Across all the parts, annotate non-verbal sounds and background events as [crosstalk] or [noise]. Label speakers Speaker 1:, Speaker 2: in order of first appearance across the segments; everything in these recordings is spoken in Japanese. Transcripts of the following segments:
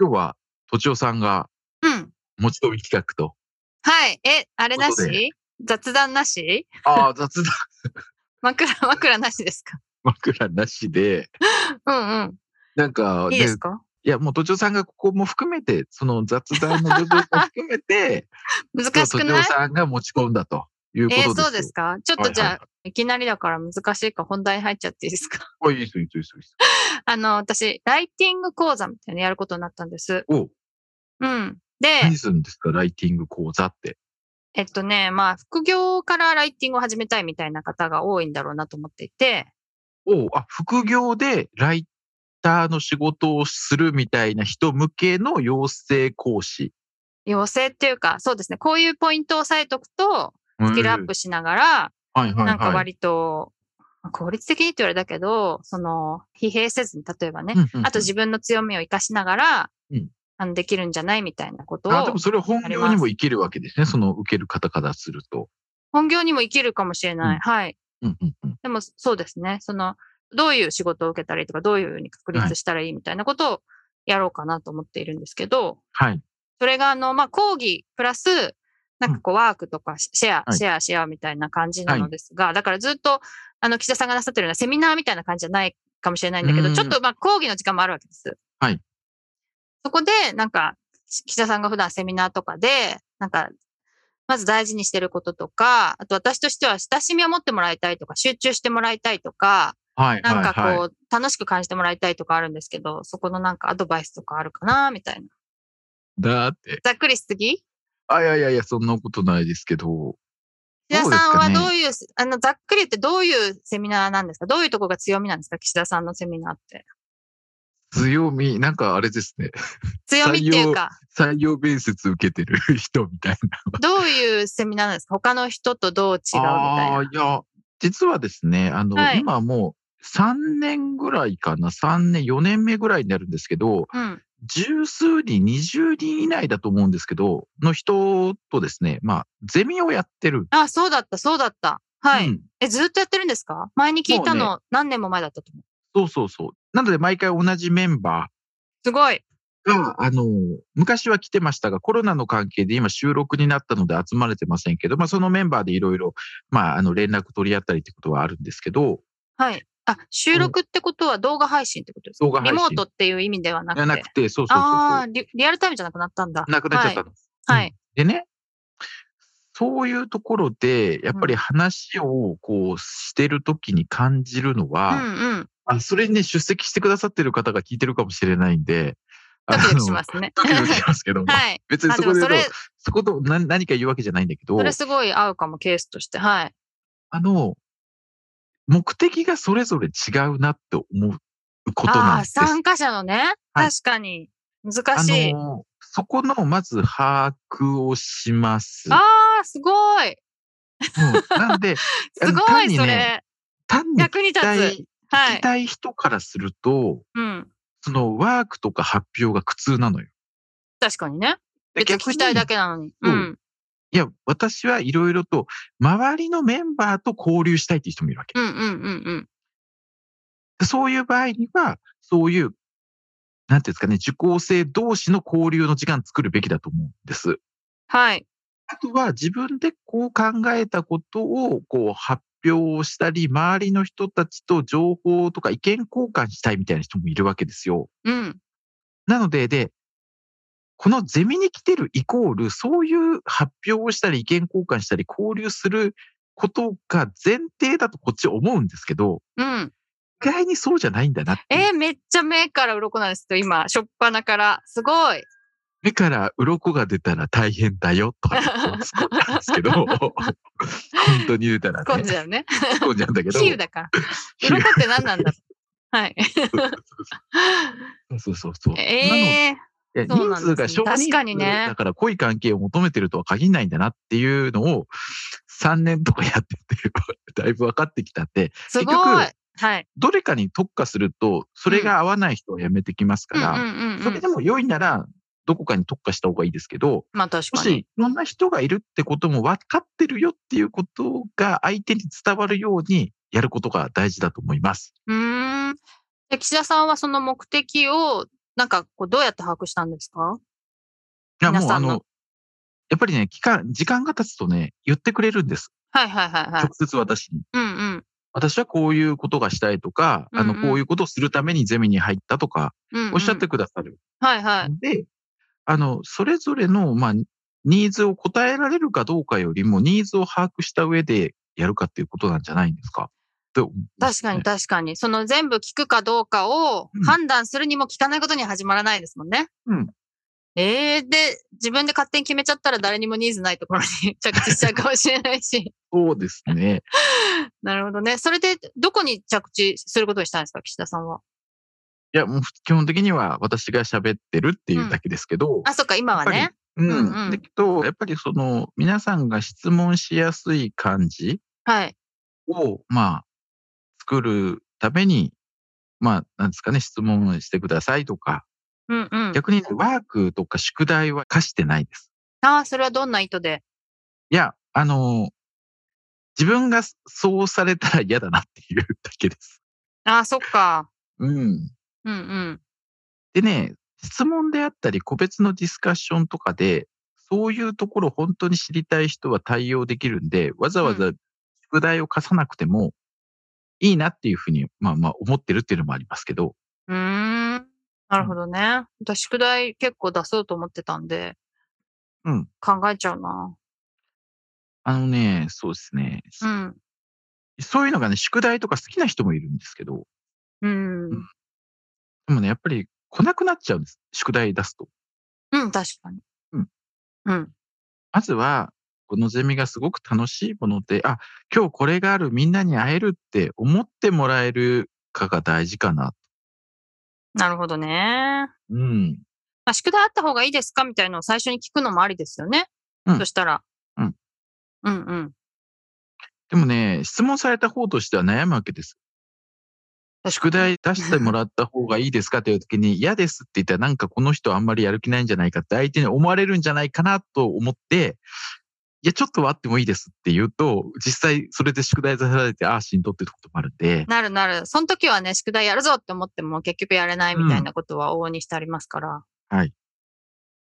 Speaker 1: 今日は、とちおさんが
Speaker 2: うん。
Speaker 1: 持ち込み企画
Speaker 2: [laughs]
Speaker 1: と。
Speaker 2: はい。え、あれな
Speaker 1: ということ
Speaker 2: し雑談なし
Speaker 1: ああ、雑談
Speaker 2: 枕、枕なしですか
Speaker 1: 枕なしで、
Speaker 2: うんうん。
Speaker 1: なんか、
Speaker 2: いい
Speaker 1: ね
Speaker 2: ですか
Speaker 1: いや、もうとちおさんがここも含めて、その雑談の部分も含めて、
Speaker 2: [laughs] 難し
Speaker 1: と
Speaker 2: く
Speaker 1: ちお
Speaker 2: ない
Speaker 1: さんが持ち込んだということ
Speaker 2: えー
Speaker 1: です。
Speaker 2: そうですかちょっとじゃあ、
Speaker 1: はい
Speaker 2: いきなりだから難しいから本題入っちゃっていいで
Speaker 1: [laughs]
Speaker 2: すか
Speaker 1: はいはい。あいいです、いいです、いいです。
Speaker 2: あの、私、ライティング講座みたいなのやることになったんです。
Speaker 1: お
Speaker 2: うん。で、
Speaker 1: 何するんですか、ライティング講座って。
Speaker 2: えっとね、まあ、副業からライティングを始めたいみたいな方が多いんだろうなと思っていて、
Speaker 1: おうあ、副業でライターの仕事をするみたいな人向けの養成講師。
Speaker 2: 要請っていうか、そうですね、こういうポイントを押さえとくと、スキルアップしながら、
Speaker 1: うん。はいはいはい。
Speaker 2: なんか割と、まあ効率的にって言われたけど、その、疲弊せずに、例えばね、
Speaker 1: うんうんうん
Speaker 2: あと自分の強みを活かしながら、
Speaker 1: うん
Speaker 2: あのできるんじゃないみたいなこと
Speaker 1: あで
Speaker 2: を
Speaker 1: も、それは本業にも生きるわけですね。その受ける方からすると。
Speaker 2: 本業にも生きるかもしれない。
Speaker 1: うん
Speaker 2: はい。
Speaker 1: うんうんうん。
Speaker 2: でも、そうですね。その、どういう仕事を受けたらいいとか、どういうふうに確立したらいいみたいなことをやろうかなと思っているんですけど、
Speaker 1: はい。
Speaker 2: それが、あの、まあ、講義プラス、なんかこう、ワークとかシシェア、
Speaker 1: はい
Speaker 2: シェア、シェアみたいな感じな
Speaker 1: は
Speaker 2: の
Speaker 1: い
Speaker 2: ですが、だからずっと、あの、岸田さんがなさってるようなセミナーみたいな感じじゃないかもしれないんだけ
Speaker 1: う
Speaker 2: ど、
Speaker 1: ん
Speaker 2: ちょっと、まあ、講義の時間もあるわけです。
Speaker 1: はい。
Speaker 2: そこで、なんか、し岸田さんが普段セミナーとかで、なんか、まず大事にしてることとか、あと私としては親しみを持ってもらいたいとか、集中してもらいたいとか、
Speaker 1: はい。
Speaker 2: なんかこう、
Speaker 1: はいはい、
Speaker 2: 楽しく感じてもらいたいとかあるんですけど、そこのなんかアドバイスとかあるかな、みたいな。
Speaker 1: だって。
Speaker 2: ざっくりしすぎ
Speaker 1: あ、いやいやいや、そんなことないですけど。
Speaker 2: 岸田さんは
Speaker 1: ど
Speaker 2: ど
Speaker 1: う
Speaker 2: ういう、あの、ざっくり言ってどういうセミナーなんですかどういうとこが強みなんですか岸田さんのセミナーって。
Speaker 1: 強み、なんかあれですね。 [laughs]
Speaker 2: 強みっていうか、
Speaker 1: 採用面接受けてる [laughs] 人みたいな。
Speaker 2: どういうセミナーなんですか他の人とどう違うみたい
Speaker 1: あ
Speaker 2: な。
Speaker 1: あー、いや、実はですね、あの、
Speaker 2: はい
Speaker 1: 今もう3年ぐらいかな、3年、4年目ぐらいになるんですけど、
Speaker 2: うん。
Speaker 1: 十数人、20人以内だと思うんですけど、の人とですね、まあ、ゼミをやってる。
Speaker 2: あ、そうだった、そうだった。はい。
Speaker 1: うん
Speaker 2: え、ずっとやってるんですか前に聞いた
Speaker 1: も
Speaker 2: の、何年も前だったと思う。
Speaker 1: そうそうそう。なので、毎回同じメンバ
Speaker 2: すごい。
Speaker 1: ーが、あの、昔は来てましたが、コロナの関係で今収録になったので集まれてませんけど、まあ、そのメンバーでいろいろ、まあ、あの、連絡取り合ったりってことはあるんですけど、
Speaker 2: はい。あ、収録ってことは動画配信ってことですか、
Speaker 1: 動画配信
Speaker 2: リモートっていう意味ではなく
Speaker 1: じ
Speaker 2: て。
Speaker 1: ゃなくて、そうそうそう
Speaker 2: ああ
Speaker 1: そ
Speaker 2: ーリ、リアルタイムじゃなくなったんだ
Speaker 1: う。。なくなっちゃったの。
Speaker 2: はい。
Speaker 1: でね、そういうところで、やっぱり話をこうしてるときに感じるの
Speaker 2: う
Speaker 1: は、
Speaker 2: んうん。
Speaker 1: あ、それにね、出席してくださってる方が聞いてるかもしれないんで、。
Speaker 2: ドキドキしますすね。
Speaker 1: ドキドキしますけど、
Speaker 2: [laughs] はい。
Speaker 1: 別に [laughs]
Speaker 2: あ、
Speaker 1: そ
Speaker 2: で
Speaker 1: こ
Speaker 2: も
Speaker 1: でど
Speaker 2: そうれ、
Speaker 1: そこと何何か言うわけじゃないんだけど
Speaker 2: そ、れすごい合うかも、ケースとして。はい。
Speaker 1: あの、目的がそれぞれ違うなって思うことなん
Speaker 2: ああー、
Speaker 1: です。
Speaker 2: 参加者のね。
Speaker 1: はい
Speaker 2: 確かに。難
Speaker 1: あ
Speaker 2: しい。
Speaker 1: の、そこの、まず把握をします。
Speaker 2: ああ、すごい。
Speaker 1: うんなん
Speaker 2: [laughs]
Speaker 1: で、あ
Speaker 2: す
Speaker 1: の
Speaker 2: ご
Speaker 1: 単
Speaker 2: い、
Speaker 1: に
Speaker 2: そ
Speaker 1: ね
Speaker 2: れ。
Speaker 1: 単に聞
Speaker 2: 役に
Speaker 1: き
Speaker 2: 立
Speaker 1: たい、
Speaker 2: つ。は
Speaker 1: 聞き
Speaker 2: い。
Speaker 1: たい人からすると、
Speaker 2: うん。
Speaker 1: そのワークとか発表が苦痛なのよ。
Speaker 2: 確かにね。
Speaker 1: で
Speaker 2: 別に聞きたいだけなのに。
Speaker 1: う
Speaker 2: うんん。
Speaker 1: いや、私はいろいろと、周りのメンバーと交流したいっていう人もいるわけ
Speaker 2: う。んうんうんうん。
Speaker 1: でそういう場合には、そういう、なんていうんですかね、受講生同士の交流の時間作るべきだと思うんです。
Speaker 2: はい。
Speaker 1: あとは自分でこう考えたことをこう発表したり、周りの人たちと情報とか意見交換したいみたいな人もいるわけですよ。
Speaker 2: うん。
Speaker 1: なので、で、このゼミに来てるイコール、そういう発表をしたり、意見交換したり、交流することが前提だとこっち思うんですけど、
Speaker 2: うん。
Speaker 1: 意外にそうじゃないんだなっていう。
Speaker 2: えー、めっちゃ目から鱗なんですけど、今、初っ端から。すごい。
Speaker 1: 目から鱗が出たら大変だよとか言って突っ込んだんです
Speaker 2: [laughs]
Speaker 1: けど、本当に出たら
Speaker 2: 今
Speaker 1: ね、
Speaker 2: 度だよね。
Speaker 1: 突っ込んじゃうんだけど。
Speaker 2: 比喩だから。
Speaker 1: [laughs]
Speaker 2: 鱗って何なんだろうはい。
Speaker 1: そうそうそうそう。なの
Speaker 2: ええ
Speaker 1: いや
Speaker 2: そう
Speaker 1: 人
Speaker 2: なん
Speaker 1: 数
Speaker 2: ですね
Speaker 1: が少人
Speaker 2: 確かに
Speaker 1: 数
Speaker 2: ね
Speaker 1: だから濃い関係を求めてるとは限らないんだなっていうのを3年とかやってて [laughs] だいぶ分かってきたって
Speaker 2: すごい。
Speaker 1: 結局
Speaker 2: はい。
Speaker 1: どれかに特化するとそれが合わない人はやめてきます
Speaker 2: うん
Speaker 1: か
Speaker 2: う
Speaker 1: ら、
Speaker 2: んうん
Speaker 1: それ
Speaker 2: うん
Speaker 1: で。も良いならどこかに特化した方がいいですけど
Speaker 2: まあ確
Speaker 1: も
Speaker 2: かに。
Speaker 1: しいろんな人がいるってことも分かってるよっていうことが相手に伝わるようにやることが大事だと思います。
Speaker 2: うーん。で岸田さんはその目的を、なんかこうどうやって把握したんですか
Speaker 1: いや
Speaker 2: 皆
Speaker 1: もう
Speaker 2: さ
Speaker 1: あ
Speaker 2: んの
Speaker 1: のやっぱりね期間時間が経つとね言ってくれるんです
Speaker 2: はいはいはいはい
Speaker 1: 直。接私に。
Speaker 2: うんうん。
Speaker 1: 私はこういうことがしたいとか、あの、
Speaker 2: うんうん
Speaker 1: こういうことをするためにゼミに入ったとか、
Speaker 2: うんうん
Speaker 1: おっしゃってくださる。
Speaker 2: はいはい。
Speaker 1: で、あの、それぞれの、まあ、ニーズを答えられるかどうかよりも、ニーズを把握した上でやるかっていうことなんじゃないんですか。と思います
Speaker 2: 確かに
Speaker 1: ね
Speaker 2: 確かに。その全部聞くかどうかを
Speaker 1: うん
Speaker 2: 判断するにも聞かないことには始まらないですもんね。
Speaker 1: うん。
Speaker 2: ええで、自分で勝手に決めちゃったら誰にもニーズないところに [laughs] 着地しちゃうかもしれないし。
Speaker 1: そうですね。
Speaker 2: なるほどね。それで、どこに着地することにしたんですか、岸田さんは。
Speaker 1: いや、もう基本的には私が喋ってるっていうだけですけど、
Speaker 2: あ、そっか、今はね。
Speaker 1: うん。
Speaker 2: うんうん
Speaker 1: だけど、やっぱりその、皆さんが質問しやすい感じ、
Speaker 2: はい。
Speaker 1: を、まあ、作るために、まあ、なんですかね、質問してくださいとか、
Speaker 2: うんうん。
Speaker 1: 逆にねワークとか宿題は課してないです。
Speaker 2: ああ、それはどんな意図で。
Speaker 1: いや、あの、自分がそうされたら嫌だなっていうだけです。
Speaker 2: ああ、そっか。
Speaker 1: うん。
Speaker 2: うんうん。
Speaker 1: でね、質問であったり、個別のディスカッションとかで、そういうところ本当に知りたい人は対応できるんで、わざわざ宿題を課さなくてもいいなっていうふうに、まあまあ思ってるっていうのもありますけど、
Speaker 2: うーん。なるほどね。私、宿題結構出そうと思ってたんで、
Speaker 1: うん。
Speaker 2: 考えちゃうな。
Speaker 1: あのね、そうですね。
Speaker 2: うん。
Speaker 1: そういうのがね、宿題とか好きな人もいるんですけど、
Speaker 2: うん。
Speaker 1: でもね、やっぱり来なくなっちゃうんです。宿題出すと。
Speaker 2: うん、確かに。
Speaker 1: うん。
Speaker 2: うん。
Speaker 1: まずは、このゼミがすごく楽しいもので、あ、今日これがある、みんなに会えるって思ってもらえるかが大事かな。
Speaker 2: なるほどね。
Speaker 1: うん。
Speaker 2: まあ、宿題あった方がいいですかみたいなのを最初に聞くのもありですよね。
Speaker 1: うん
Speaker 2: そしたら。
Speaker 1: うん。
Speaker 2: うんうん。
Speaker 1: でもね、質問された方としては悩むわけです。宿題出してもらった方がいいですかという時に、嫌ですって言ったら、なんかこの人あんまりやる気ないんじゃないかって相手に思われるんじゃないかなと思って、いや、ちょっとはあってもいいですって言うと、実際それで宿題出されて、ああ、しんどってこともあるんで、
Speaker 2: なるなる。その時はね、宿題やるぞって思っても結局やれないみたいなことは往々にしてありますから。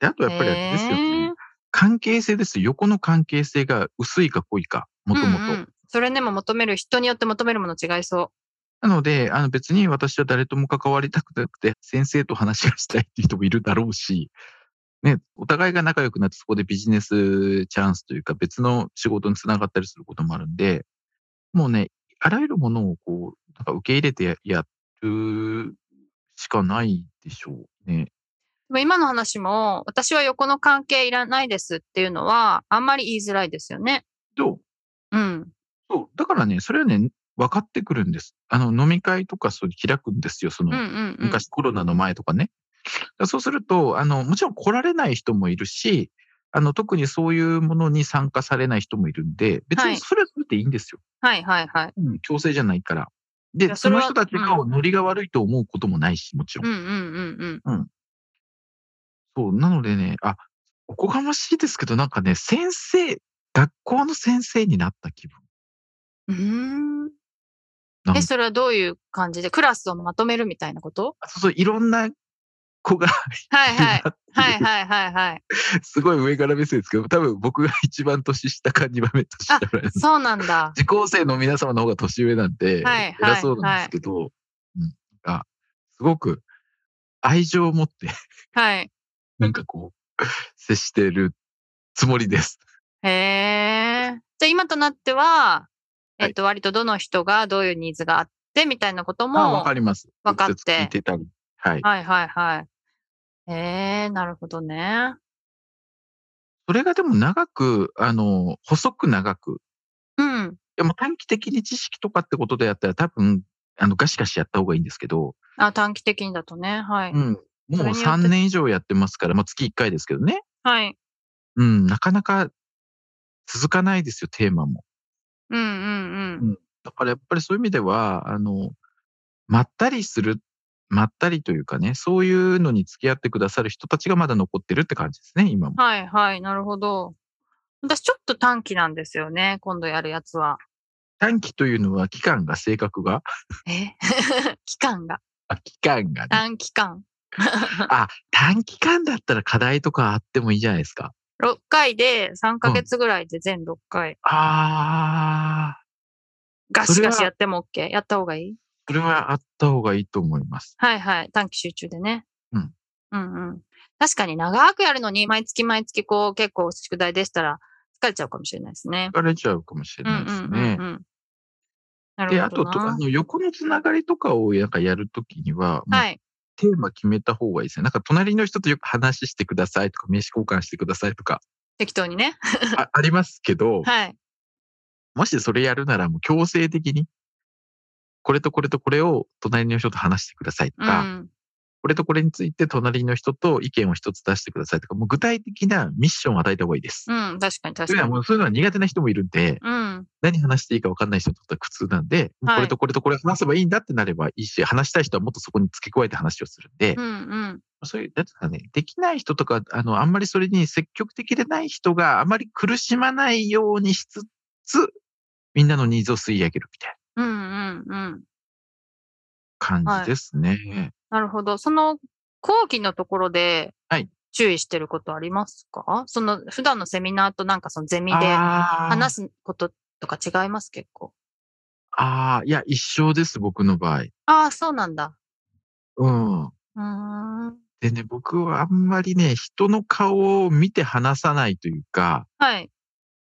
Speaker 1: であとやっぱりあれですよ
Speaker 2: へ
Speaker 1: ね
Speaker 2: ー。
Speaker 1: 関係性ですよ。横の関係性が薄いか濃いか、もとも
Speaker 2: うんう
Speaker 1: と。
Speaker 2: んそれでも求める人によって求めるもの違いそ
Speaker 1: なので、あの別に私は誰とも関わりたくなくて、先生と話がしたいっていう人もいるだろうし、ね、お互いが仲良くなってそこでビジネスチャンスというか別の仕事につながったりすることもあるんで、もうね、あらゆるものをこう、なんか受け入れてややるしかないでしょうね。
Speaker 2: う。でも今の話も、私は横の関係いらないですっていうのは、あんまり言いづらいですよね。
Speaker 1: と、
Speaker 2: うん。
Speaker 1: そう、だからね、それはね、分かってくるんです。あの、飲み会とかそういう開くんですよ、その、
Speaker 2: うんうん、うん。
Speaker 1: 昔コロナの前とかね。だからそうすると、あの、もちろん来られない人もいるし、あの、特にそういうものに参加されない人もいるんで、別
Speaker 2: はい
Speaker 1: にそれはそれでいいんですよ。
Speaker 2: はいはいはい。
Speaker 1: うん強制じゃないから。
Speaker 2: いや
Speaker 1: で、
Speaker 2: そ
Speaker 1: その
Speaker 2: れは
Speaker 1: 人たちがノリが悪いと思うこともないし、もちろん。
Speaker 2: うんうんうんうん。
Speaker 1: そう、なのでね、あ、おこがましいですけど、なんかね、先生、学校の先生になった気分。
Speaker 2: うーん
Speaker 1: なん
Speaker 2: え、それはどういう感じでクラスをまとめるみたいなこと
Speaker 1: あそうそう、いろんな子が
Speaker 2: はい
Speaker 1: いる
Speaker 2: は
Speaker 1: ないっ。ていう
Speaker 2: はいはいはいはい。
Speaker 1: [laughs] すごい上から目線ですけど、多分僕が一番年下か二番目年下ぐらいなんで
Speaker 2: そうなんだ。
Speaker 1: 受講生の皆様の方が年上なんで、
Speaker 2: はい
Speaker 1: 偉そうなんですけど、うん、あすごく愛情を持って、 [laughs]
Speaker 2: はい。
Speaker 1: なんかこう、接してるつもりです。
Speaker 2: へえ。じゃあ今となっては、
Speaker 1: い
Speaker 2: えっと、割とどの人がどういうニーズがあってみたいなこと
Speaker 1: あ、わ
Speaker 2: も。
Speaker 1: かります。
Speaker 2: わかって
Speaker 1: 直接聞いてたり。はい。
Speaker 2: はいはいはい。へえ、なるほどね。
Speaker 1: それがでも長く、あの、細く長く、
Speaker 2: うん。
Speaker 1: でも短期的に知識とかってことでやったら多分、あの、ガシガシやった方がいいんですけど、
Speaker 2: あ、短期的にだとね。はい。
Speaker 1: うん。もう
Speaker 2: それによって
Speaker 1: 3年以上やってますから、まあ月1回ですけどね。
Speaker 2: はい。
Speaker 1: うん、なかなか続かないですよ、テーマも。
Speaker 2: うんうんうん。
Speaker 1: だからやっぱりそういう意味では、あの、まったりする、まったりというかね、そういうのに付き合ってくださる人たちがまだ残ってるって感じですね、今も。
Speaker 2: はいはい。なるほど。私ちょっと短期なんですよね。今度やるやつは。
Speaker 1: 短期というのは期間が、性格が、
Speaker 2: え [laughs] 期間が。
Speaker 1: あ期間が、ね、
Speaker 2: 短期間。
Speaker 1: 短期間だったら課題とかあってもいいじゃないですか。
Speaker 2: 6回で3ヶ月ぐらいで全6回。
Speaker 1: ああ、
Speaker 2: ガシガシやっても OK。やった方がいい
Speaker 1: それはあった方がいいと思います。
Speaker 2: はいはい。短期集中でね。
Speaker 1: うん。
Speaker 2: うんうん。確かに長くやるのに、毎月毎月こう結構宿題でしたら疲れちゃうかもしれないですね。
Speaker 1: 疲れちゃうかもしれ
Speaker 2: う
Speaker 1: な
Speaker 2: んう
Speaker 1: い
Speaker 2: ん
Speaker 1: ですね。
Speaker 2: うんうん。な
Speaker 1: で、
Speaker 2: る
Speaker 1: あ
Speaker 2: ほど
Speaker 1: とと
Speaker 2: な
Speaker 1: あ。の横のつながりとかをなんかやるときには、もう
Speaker 2: はい。
Speaker 1: テーマ決めた方がいいですね。なんか隣の人とよく話してくださいとか、名刺交換してくださいと
Speaker 2: [laughs]
Speaker 1: か、
Speaker 2: 適当にね。
Speaker 1: あありますけど、
Speaker 2: はい。
Speaker 1: もしそれやるならもう強制的に、これとこれとこれを隣の人と話してくださいと
Speaker 2: う
Speaker 1: か、
Speaker 2: ん。
Speaker 1: これとこれについて隣の人と意見を一つ出してくださいとか、もう具体的なミッションを与えた方がいいです。
Speaker 2: うん。確かに
Speaker 1: そ
Speaker 2: 確
Speaker 1: れ
Speaker 2: か
Speaker 1: は
Speaker 2: に。
Speaker 1: もうそういうのは苦手な人もいるんで、
Speaker 2: うん。
Speaker 1: 何話していいか分かんない人にとっては苦痛なんで、
Speaker 2: はい
Speaker 1: これとこれとこれ話せばいいんだってなればいいし、話したい人はもっとそこに付け加えて話をするんで、
Speaker 2: うんうん。
Speaker 1: そういう、なんつうかね、できない人とか、あの、あんまりそれに積極的でない人があまり苦しまないようにしつつ、みんなのニーズを吸い上げるみたいな
Speaker 2: うんうんうん。
Speaker 1: 感じですね。
Speaker 2: なるほど。その後期のところで
Speaker 1: はい、
Speaker 2: 注意してることありますか、その普段のセミナーとなんかそのゼミで
Speaker 1: あー
Speaker 2: 話すこととか違います結構。
Speaker 1: あー、いや、一緒です、僕の場合。
Speaker 2: ああ、そうなんだ。
Speaker 1: うん。
Speaker 2: うーん。
Speaker 1: でね、僕はあんまりね、人の顔を見て話さないというか、
Speaker 2: はい。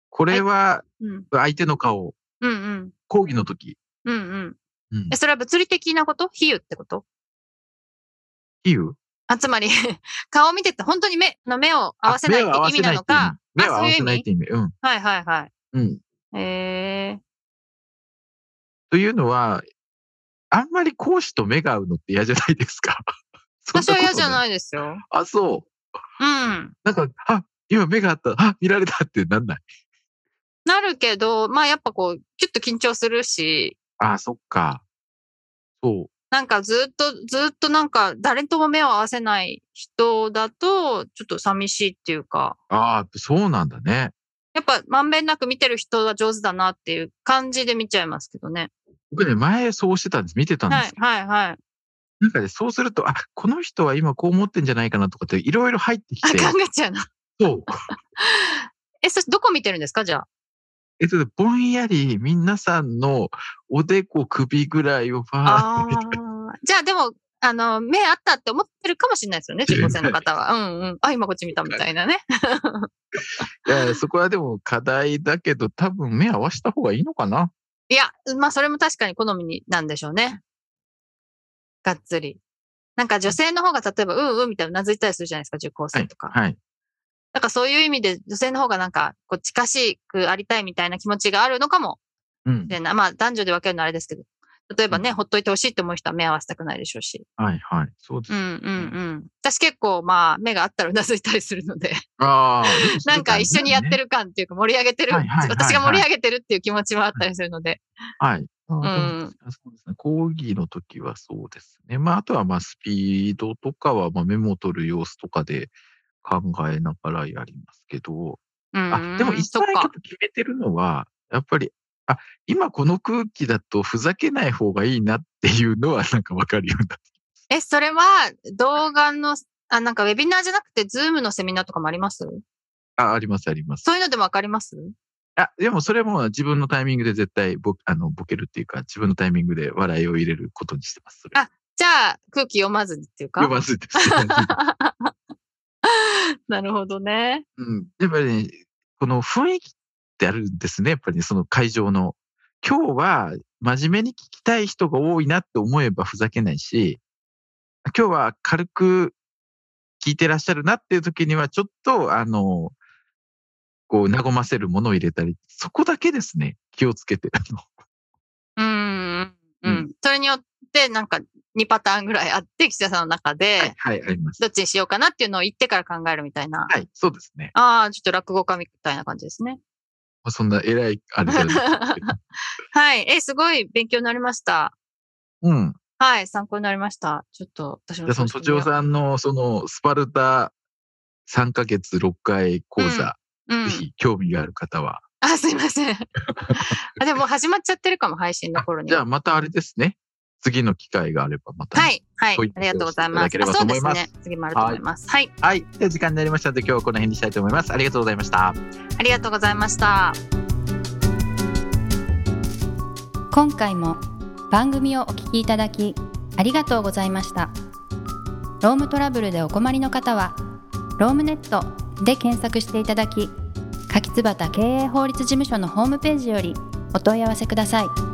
Speaker 1: これは
Speaker 2: うん。
Speaker 1: 相手の顔、
Speaker 2: うんうん。
Speaker 1: 講義の時、
Speaker 2: うんうん。
Speaker 1: うん
Speaker 2: え、、それは物理的なこと比喩ってこと
Speaker 1: 比喩
Speaker 2: あ、つまり、顔見てって本当に目、の目を合わせないって意味なのか。
Speaker 1: 目を合
Speaker 2: あ、そう
Speaker 1: わ
Speaker 2: いう
Speaker 1: せ
Speaker 2: 意
Speaker 1: ないっ
Speaker 2: 味
Speaker 1: て意味。うん。
Speaker 2: はいはいはい。
Speaker 1: うん。
Speaker 2: え
Speaker 1: というのは、あんまり講師と目が合うのって嫌じゃないですか。 [laughs]
Speaker 2: ー、私は嫌じゃ
Speaker 1: い。
Speaker 2: ないですよ。
Speaker 1: あ、そう。
Speaker 2: うん。
Speaker 1: なんか、あ、今目が合った。あ、見られたってなんない。
Speaker 2: なるけど、まあやっぱこう、キュッと緊張するし、
Speaker 1: あ、そっか。そう。
Speaker 2: なんかずっと、ずっとなんか誰とも目を合わせない人だと、ちょっと寂しいっていうか、
Speaker 1: ああ、そうなんだね。
Speaker 2: やっぱまんべんなく見てる人は上手だなっていう感じで見ちゃいますけどね。
Speaker 1: 僕ね、前そうしてたんです。見てたんで
Speaker 2: は
Speaker 1: す
Speaker 2: い
Speaker 1: よ。
Speaker 2: はいはい。
Speaker 1: なんかね、そうすると、あ、この人は今こう思ってんじゃないかなとかっていろいろ入ってき
Speaker 2: あ、
Speaker 1: て。
Speaker 2: 考えちゃうな。 [laughs]
Speaker 1: そう。
Speaker 2: え、そしてどこ見てるんですかじゃあ。
Speaker 1: えっとね、ぼんやり皆さんのおでこ首ぐらいをバー
Speaker 2: あーじゃあでも、あの、目あったって思ってるかもしれないですよね、受講生の方は。うんうん。あ、今こっち見たみたいなね。
Speaker 1: いやそこはでも課題だけど、多分目合わせた方がいいのかな。
Speaker 2: いや、まあそれも確かに好みになんでしょうね。がっつり。なんか女性の方が例えば、うんうんみたいなうなずいたりするじゃないですか、受講
Speaker 1: は
Speaker 2: 生
Speaker 1: い
Speaker 2: と。か。
Speaker 1: はい。
Speaker 2: なんかそういう意味で女性の方がなんかこう近しくありたいみたいな気持ちがあるのかも
Speaker 1: うん
Speaker 2: し。れない。まあ男女で分けるのはあれですけど。例えばね、
Speaker 1: うん
Speaker 2: ほっといてほしいって思う人は目合わせたくないでしょうし。
Speaker 1: はいはい。そうです
Speaker 2: うんうんうん。私結構まあ目があったらうなずいたりする
Speaker 1: [laughs]
Speaker 2: ので、
Speaker 1: ああ。
Speaker 2: なんか一緒にやって
Speaker 1: る。
Speaker 2: る感っていうか盛り上げてる、
Speaker 1: はいはいはいはい
Speaker 2: 私が盛り上げてるっていう気持ちはあったりするので。
Speaker 1: はい。あ
Speaker 2: う
Speaker 1: ー
Speaker 2: ん。
Speaker 1: そうですね。講義の時はそうですね。まあ、あとはまあ、スピードとかは、まあ、メモを取る様子とかで考えながらやりますけど、
Speaker 2: うん。
Speaker 1: あ、でも一
Speaker 2: そっ
Speaker 1: 番ちょ
Speaker 2: か
Speaker 1: っ。と決めてるのは、やっぱり、あ、今この空気だとふざけない方がいいなっていうのはなんかわかるようになって。
Speaker 2: え、それは動画の、あ、なんかウェビナーじゃなくて、ズームのセミナーとかもあります
Speaker 1: あ、ありますあります。
Speaker 2: そういうのでもわかります
Speaker 1: あ、でもそれも自分のタイミングで絶対ボあのボケるっていうか、自分のタイミングで笑いを入れることにしてます。それ
Speaker 2: あじゃあ、空気読まずにっていう
Speaker 1: 読
Speaker 2: か。
Speaker 1: まずいです。 [laughs] う
Speaker 2: なるほどね。
Speaker 1: ん、やっぱりね、この雰囲気ってあるんですね。やっぱりね、その会場の。今日は真面目に聞きたい人が多いなって思えばふざけないし、今日は軽く聞いてらっしゃるなっていう時には、ちょっと、あの、こう、和ませるものを入れたり、そこだけですね。気をつけて。あの
Speaker 2: うん。う
Speaker 1: うん
Speaker 2: ん。それによって、なんか、 2パターンぐらいあって、岸田さんの中
Speaker 1: はい
Speaker 2: で、、
Speaker 1: はい、あります。
Speaker 2: どっちにしようかなっていうのを言ってから考えるみたいな。
Speaker 1: はい、そうですね。
Speaker 2: ああ、ちょっと落語家みたいな感じです
Speaker 1: [laughs]
Speaker 2: ね。
Speaker 1: まあそんな偉い、あれじゃない。
Speaker 2: はい。え、すごい勉強になりました。
Speaker 1: [laughs] うん。
Speaker 2: はい。参考になりました。ちょっと私
Speaker 1: じゃ
Speaker 2: も
Speaker 1: あその
Speaker 2: うして
Speaker 1: 都
Speaker 2: みよう
Speaker 1: 庁さんの、その、スパルタ3ヶ月6回講座、
Speaker 2: うん
Speaker 1: ぜ。ひ興味がある方は。
Speaker 2: あ、すいません。あ、でももう始まっちゃってるかも、配信の頃に
Speaker 1: じゃ
Speaker 2: は。
Speaker 1: あまたあれですね。次の機会があればまた。
Speaker 2: はい。はい。
Speaker 1: そういう
Speaker 2: ありがとうございます。
Speaker 1: お話
Speaker 2: あ
Speaker 1: をいただければと
Speaker 2: そう
Speaker 1: 思
Speaker 2: で
Speaker 1: い
Speaker 2: す
Speaker 1: ます
Speaker 2: ね。次もあると思います。はい。
Speaker 1: はい。では時間になりましたので今日はこの辺にしたいと思います。ありがとうございました。
Speaker 2: ありがとうございました。
Speaker 3: 今回も番組をお聞きいただきありがとうございましたロームトラブルでお困りの方はロームネットで検索していただき柿椿経営法律事務所のホームページよりお問い合わせください